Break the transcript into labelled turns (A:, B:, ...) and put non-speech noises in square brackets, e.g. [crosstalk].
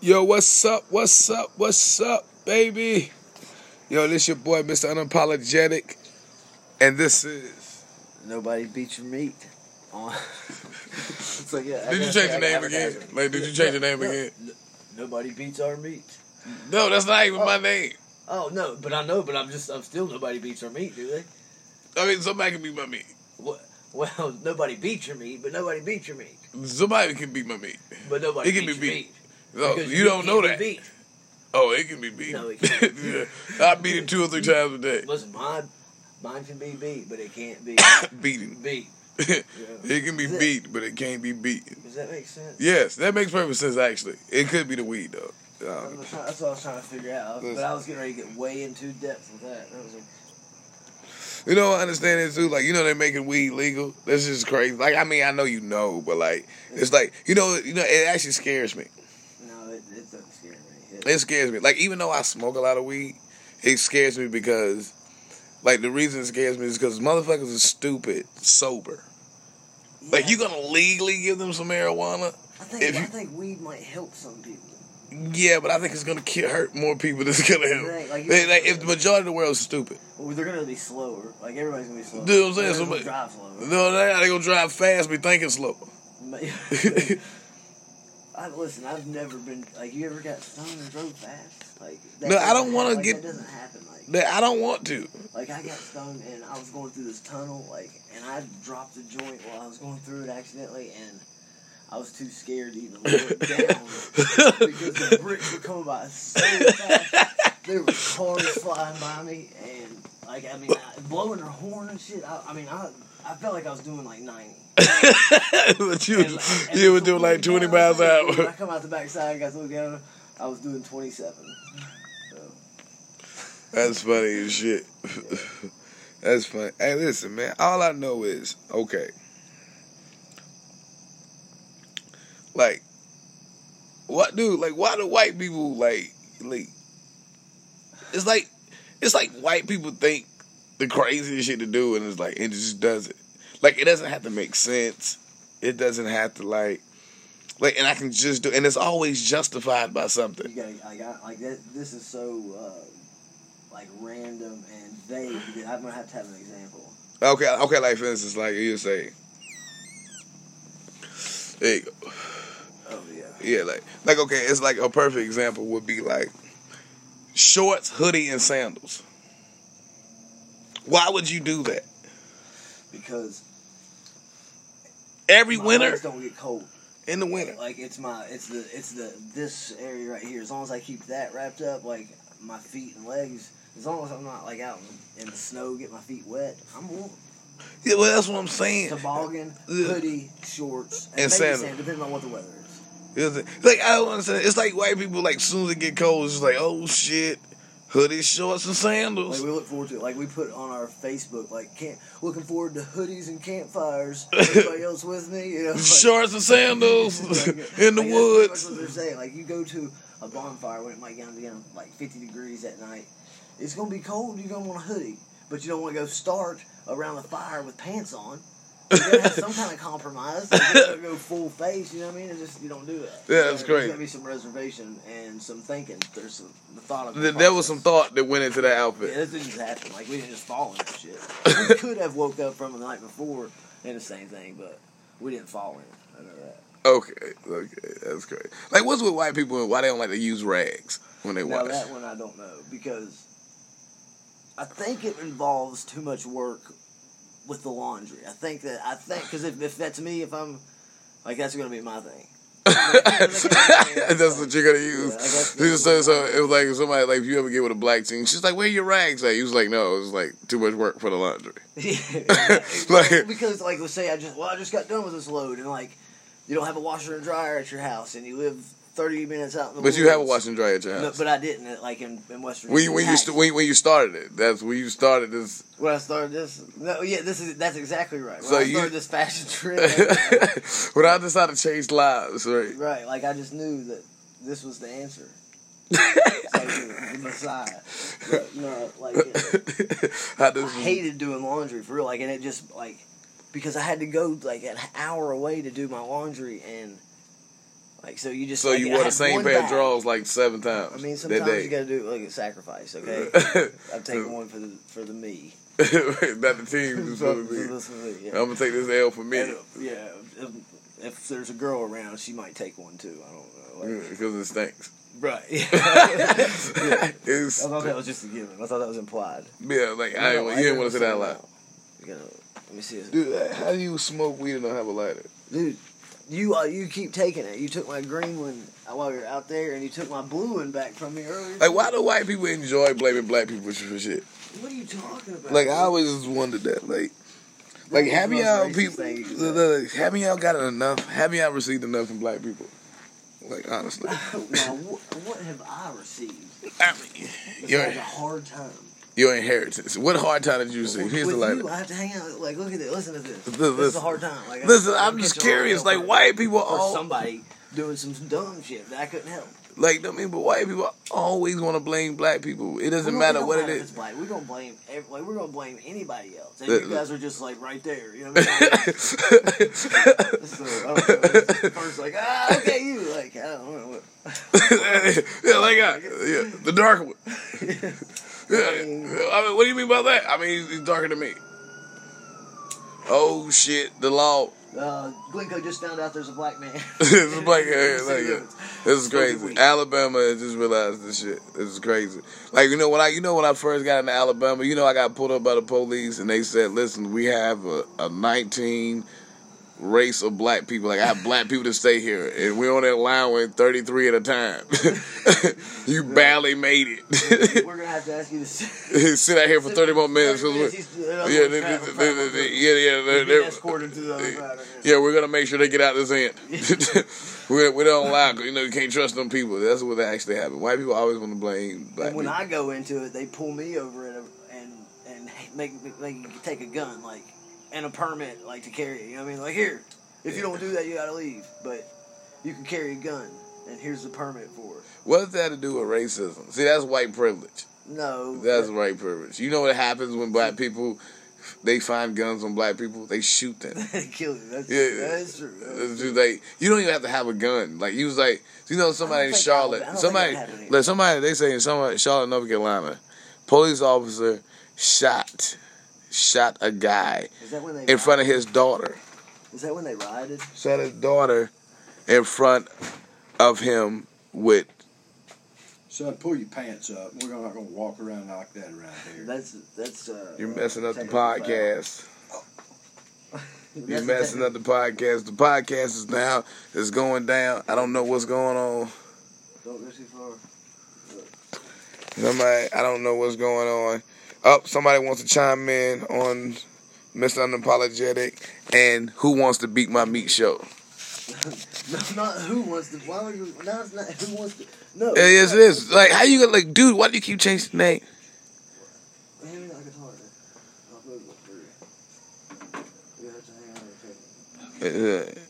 A: Yo, what's up? What's up? What's up, baby? Yo, this your boy, Mr. Unapologetic, and this is.
B: Nobody beats your meat. On. [laughs] so yeah. I
C: Did you change
B: gotta say
C: the
B: I
C: name
B: gotta
C: again?
B: advertise it.
C: Like, did you change the name
B: No,
C: again?
B: no, Nobody beats our meat.
C: No, that's not even my name.
B: Oh no, but I know, but I'm just, I'm still nobody beats our meat, do they?
C: I mean, somebody can beat my meat.
B: What? Well, [laughs] nobody beats your meat, but nobody beats your meat,
C: Somebody can beat my meat.
B: but nobody
C: It can
B: beats
C: be
B: your
C: beat.
B: meat.
C: No,
B: Because
C: you don't
B: can't
C: know
B: be
C: that.
B: beat.
C: Oh, it can be beat.
B: No, it can't
C: yeah. [laughs] I beat it two or three times a day. [laughs]
B: Listen, mine, mine can be beat, but it can't be
C: Beating.
B: beat.
C: it
B: Yeah.
C: can be
B: Is it-
C: beat, but it can't be beaten.
B: Does that make sense?
C: Yes, that makes perfect sense. Actually, it could be the weed though.
B: I'm
C: Um,
B: just trying- that's what I was trying to figure out. But I was getting ready to get way into depth with that. That was like,
C: You know, I understand it too. Like, you know, they're making weed legal. This is crazy. Like, I mean, I know you know, but like, it's like, you know, you know, it actually scares me.
B: no, it, it doesn't scare me. It-
C: It scares me. Like, even though I smoke a lot of weed, it scares me because, like, the reason it scares me is because motherfuckers are stupid sober. Like,
B: yeah.
C: you gonna legally give them some marijuana?
B: I think,
C: if
B: I
C: you-
B: think weed might help some people.
C: Yeah, but I think it's gonna ki- hurt more people than it's gonna help.
B: Right, like, you-
C: They- Like, if the majority of the world's stupid,
B: Well, they're gonna be slower. Like everybody's gonna be slower.
C: Dude, I'm saying, somebody-
B: Everybody's gonna drive slower.
C: no, they they gonna drive fast, be thinking slow. [laughs]
B: [laughs] But- I listen. I've never been like you. Ever got stoned and drove fast? Like that
C: No, I don't
B: doesn't
C: wanna
B: hap- like,
C: get-
B: That doesn't happen. Like
C: They- I don't want to.
B: like I got stoned and I was going through this tunnel. Like and I dropped a joint while I was going through it accidentally and. I was too scared to even look
C: [laughs]
B: down because the bricks were coming by so fast. There were cars flying by me, and like I mean, I, blowing her horn and shit. I, I mean, I I felt like I was doing like ninety.
C: [laughs] but you,
B: And, like,
C: [laughs]
B: and
C: you were doing
B: when
C: like
B: we
C: 20
B: got
C: miles
B: out
C: an
B: there, When I
C: hour.
B: come out the backside, guys, look down. I was doing 27. So,
C: That's funny as shit. [laughs] That's funny. Hey, listen, man. All I know is okay. Like, what, dude? Like, why do white people like, like? It's like, it's like white people think the craziest shit to do, and it's like it just does it. Like, it doesn't have to make sense. It doesn't have to like, like, and I can just do, and it's always justified by something.
B: you gotta, I got, like, that, this is so, uh, like, random and vague that I'm gonna have to have an example.
C: Okay, okay, like for instance, like you say, there you go.
B: Oh, yeah.
C: Yeah, like, like okay, it's like a perfect example would be like shorts, hoodie, and sandals. Why would you do that
B: Because
C: every
B: my
C: winter
B: legs don't get cold.
C: in the winter?
B: Like, it's my, it's the, it's the, this area right here. As long as I keep that wrapped up, like, my feet and legs, as long as I'm not, like, out in the snow, get my feet wet, I'm [laughs] warm.
C: Yeah, well, that's what I'm saying.
B: toboggan, hoodie, shorts, and,
C: And
B: sandals.
C: sandals.
B: depending on what the weather is.
C: It's like I don't understand. It's like white people like soon as it get cold, it's just like oh shit, hoodie, shorts, and
B: Like
C: sandals.
B: we look forward to it. Like we put on our Facebook, like camp, looking forward to hoodies
C: [laughs]
B: and campfires. Everybody else with me, you know. Like,
C: Shorts and sandals
B: [laughs]
C: [laughs]
B: like,
C: in the
B: like, that's pretty much
C: woods.
B: What they're saying, like you go to a bonfire when it might get down to like fifty degrees at night. It's gonna be cold. You're gonna want a hoodie, but you don't want to go start around the fire with pants on. You gotta have some kind of compromise. You gotta go full face. You know what I mean? It's just you don't do that.
C: Yeah, that's
B: There's
C: great.
B: gotta be some reservation and some thinking. There's some the thought of the
C: Th- There was
B: process.
C: some thought that went into that outfit.
B: Yeah, this didn't just happen. Like we didn't just fall into
C: [coughs]
B: shit. we could have woke up from the night before and the same thing, but we didn't fall in. it. I know that.
C: Okay, okay, that's great. Like, what's with white people and why they don't like to use rags when they
B: Now
C: wash? [laughs]
B: that one I don't know because I think it involves too much work with the laundry. I think that I think because if, if that's me, if I'm like that's gonna be
C: [laughs]
B: my thing.
C: that's what you're gonna use.
B: Yeah, I guess
C: She just said
B: that's
C: so.
B: what-
C: It was like somebody like if you ever get with a black team, she's like, "Where your rags at?" He was like, "No, it's like too much work for the laundry."
B: [laughs]
C: [laughs]
B: Yeah,
C: Like-
B: because like let's say I just well I just got done with this load and like you don't have a washer and dryer at your house and you live thirty minutes out in the
C: But you have a
B: woods.
C: wash and dryer at your
B: No,
C: house.
B: but I didn't. uh, Like in, in West Virginia.
C: when you, when you
B: Heck,
C: st- when, when you started it, that's when you started this.
B: when I started this, no, yeah, this is that's exactly right. When
C: So
B: I
C: you-
B: started
C: [laughs]
B: this fashion trip,
C: when I decided to change lives,
B: [laughs]
C: right? [laughs]
B: right? Like I just knew that this was the answer. It's like the, the Messiah. But, no, like uh,
C: I
B: I
C: just [laughs]
B: hated doing laundry for real. Like, and it just like because I had to go like an hour away to do my laundry and. Like so, you just
C: So
B: like,
C: you
B: I
C: wore the
B: had
C: same
B: one
C: pair of
B: bag.
C: drawers like seven times.
B: I mean,
C: that
B: sometimes
C: day.
B: you gotta do like a
C: [laughs]
B: sacrifice. Okay, I'm taking one for the for the me.
C: Not the team.
B: [laughs]
C: It's [laughs] supposed
B: So- so
C: to be.
B: this is it, yeah.
C: I'm gonna take this L for me
B: And, uh, yeah, if, if there's a girl around, she might take one too. I don't know. Like,
C: because it [laughs] stinks.
B: right. [laughs]
C: It's,
B: I thought that was just a given. I thought that was implied.
C: yeah, like I,
B: No,
C: you didn't want to say that out loud.
B: You gotta, let me see. This. Dude,
C: Dude, how do you smoke weed and not have a lighter?
B: you uh, you keep taking it. You took my green one while we were out there, and you took my blue one back from me earlier.
C: Like, why do white people enjoy blaming black people for shit?
B: What are you talking about?
C: Like, I
B: [laughs]
C: always just wondered that. Like,
B: That
C: like
B: was
C: have
B: the most
C: y'all
B: racist
C: people?
B: thing you could
C: look,
B: say.
C: look, look, Have y'all gotten enough? Have y'all received enough from black people? Like, [laughs] honestly,
B: now, what, what have I received?
C: I mean,
B: Besides
C: your
B: a hard time.
C: your inheritance. What hard time did you receive? Here's
B: With
C: the lighter.
B: you, I have to hang out. Like, look at this. Listen to this.
C: This-
B: This, is a
C: listen.
B: hard time. Like, I-
C: Listen,
B: I
C: I'm just
B: catch a hard
C: curious.
B: time
C: Like,
B: for-
C: white people
B: for
C: all
B: somebody doing some dumb shit that I couldn't help.
C: like. I mean, but white people always want to blame black people. It doesn't
B: We don't-
C: matter
B: it don't
C: what it
B: if
C: is.
B: it's Black. We're gonna blame. Every, like, we're gonna blame anybody else. And
C: Uh,
B: you guys are just like right there. You know what I
C: [laughs]
B: mean? so, I don't know, it's first, like, ah, okay, you. Like, I don't know. What,
C: yeah, like I, yeah, the dark one. Yeah,
B: [laughs] I mean-
C: I mean, what do you mean by that? I mean, he's darker than me. Oh shit, the law.
B: uh, Glencoe just found out there's a
C: [laughs]
B: black man.
C: this is like, yeah,
B: City
C: like, yeah.
B: limits.
C: this is
B: Smoking
C: crazy.
B: weed.
C: Alabama I just realized this shit. This is crazy. Like you know when I you know when I first got into Alabama, you know I got pulled up by the police and they said, "Listen, we have a, a 19 race of black people. Like I have black people to stay here, and we're on that line with 33 at a time. [laughs] you barely made it." [laughs]
B: We're gonna have to ask you to sit
C: sit out here for 30 more
B: [laughs]
C: minutes. 'cause we're-
B: he's- uh, the other
C: yeah,
B: one's
C: they,
B: trying
C: they- they-
B: to find
C: they-
B: one.
C: they- yeah, yeah, they're,
B: Being
C: they're,
B: escorted to the other side.
C: yeah. We're gonna make sure they get out this end. [laughs] we, we don't allow, you know, you can't trust them people. That's what actually happened. White people always want to blame black
B: And when
C: people.
B: I go into it, they pull me over and and and make make you take a gun like and a permit like to carry. it, You know what I mean? Like here, if you don't do that, you gotta leave. But you can carry a gun, and here's the permit for it.
C: what does that have to do with racism? See, that's white privilege.
B: No, [laughs]
C: That's white privilege. You know what happens when black people they find guns on black people? They shoot them.
B: [laughs] that kills you. That's,
C: Yeah,
B: that is true. That is
C: It's just like you don't even have to have a gun. Like you was like you know somebody in
B: think
C: Charlotte,
B: Alabama- I don't
C: somebody
B: think that happened here.
C: like somebody they say in somebody Charlotte, North Carolina, police officer shot shot a guy
B: true. Is that when they
C: in front of his daughter.
B: Is that when they rioted?
C: Shot his daughter in front of him with
D: Son, pull your pants up. We're not going to walk around like that around here.
B: That's that's. Uh,
C: you're messing up the
B: technical foul.
C: podcast.
B: That's
C: You're
B: a
C: messing up the podcast. The podcast is now is going down. I don't know what's going on.
B: technical- Don't go too far. [laughs]
C: Somebody, I don't know what's going on. Up, somebody wants to chime in on Mr. Unapologetic and who wants to beat my meat show.
B: No, not who wants to. Why would you? No, it's not who wants to. No.
C: It is, it is. Like, how you gonna, like, dude, why do you keep changing the name?
B: Hand me that guitar. man. I'll play it for you. You have to hang on to the table.
C: Uh,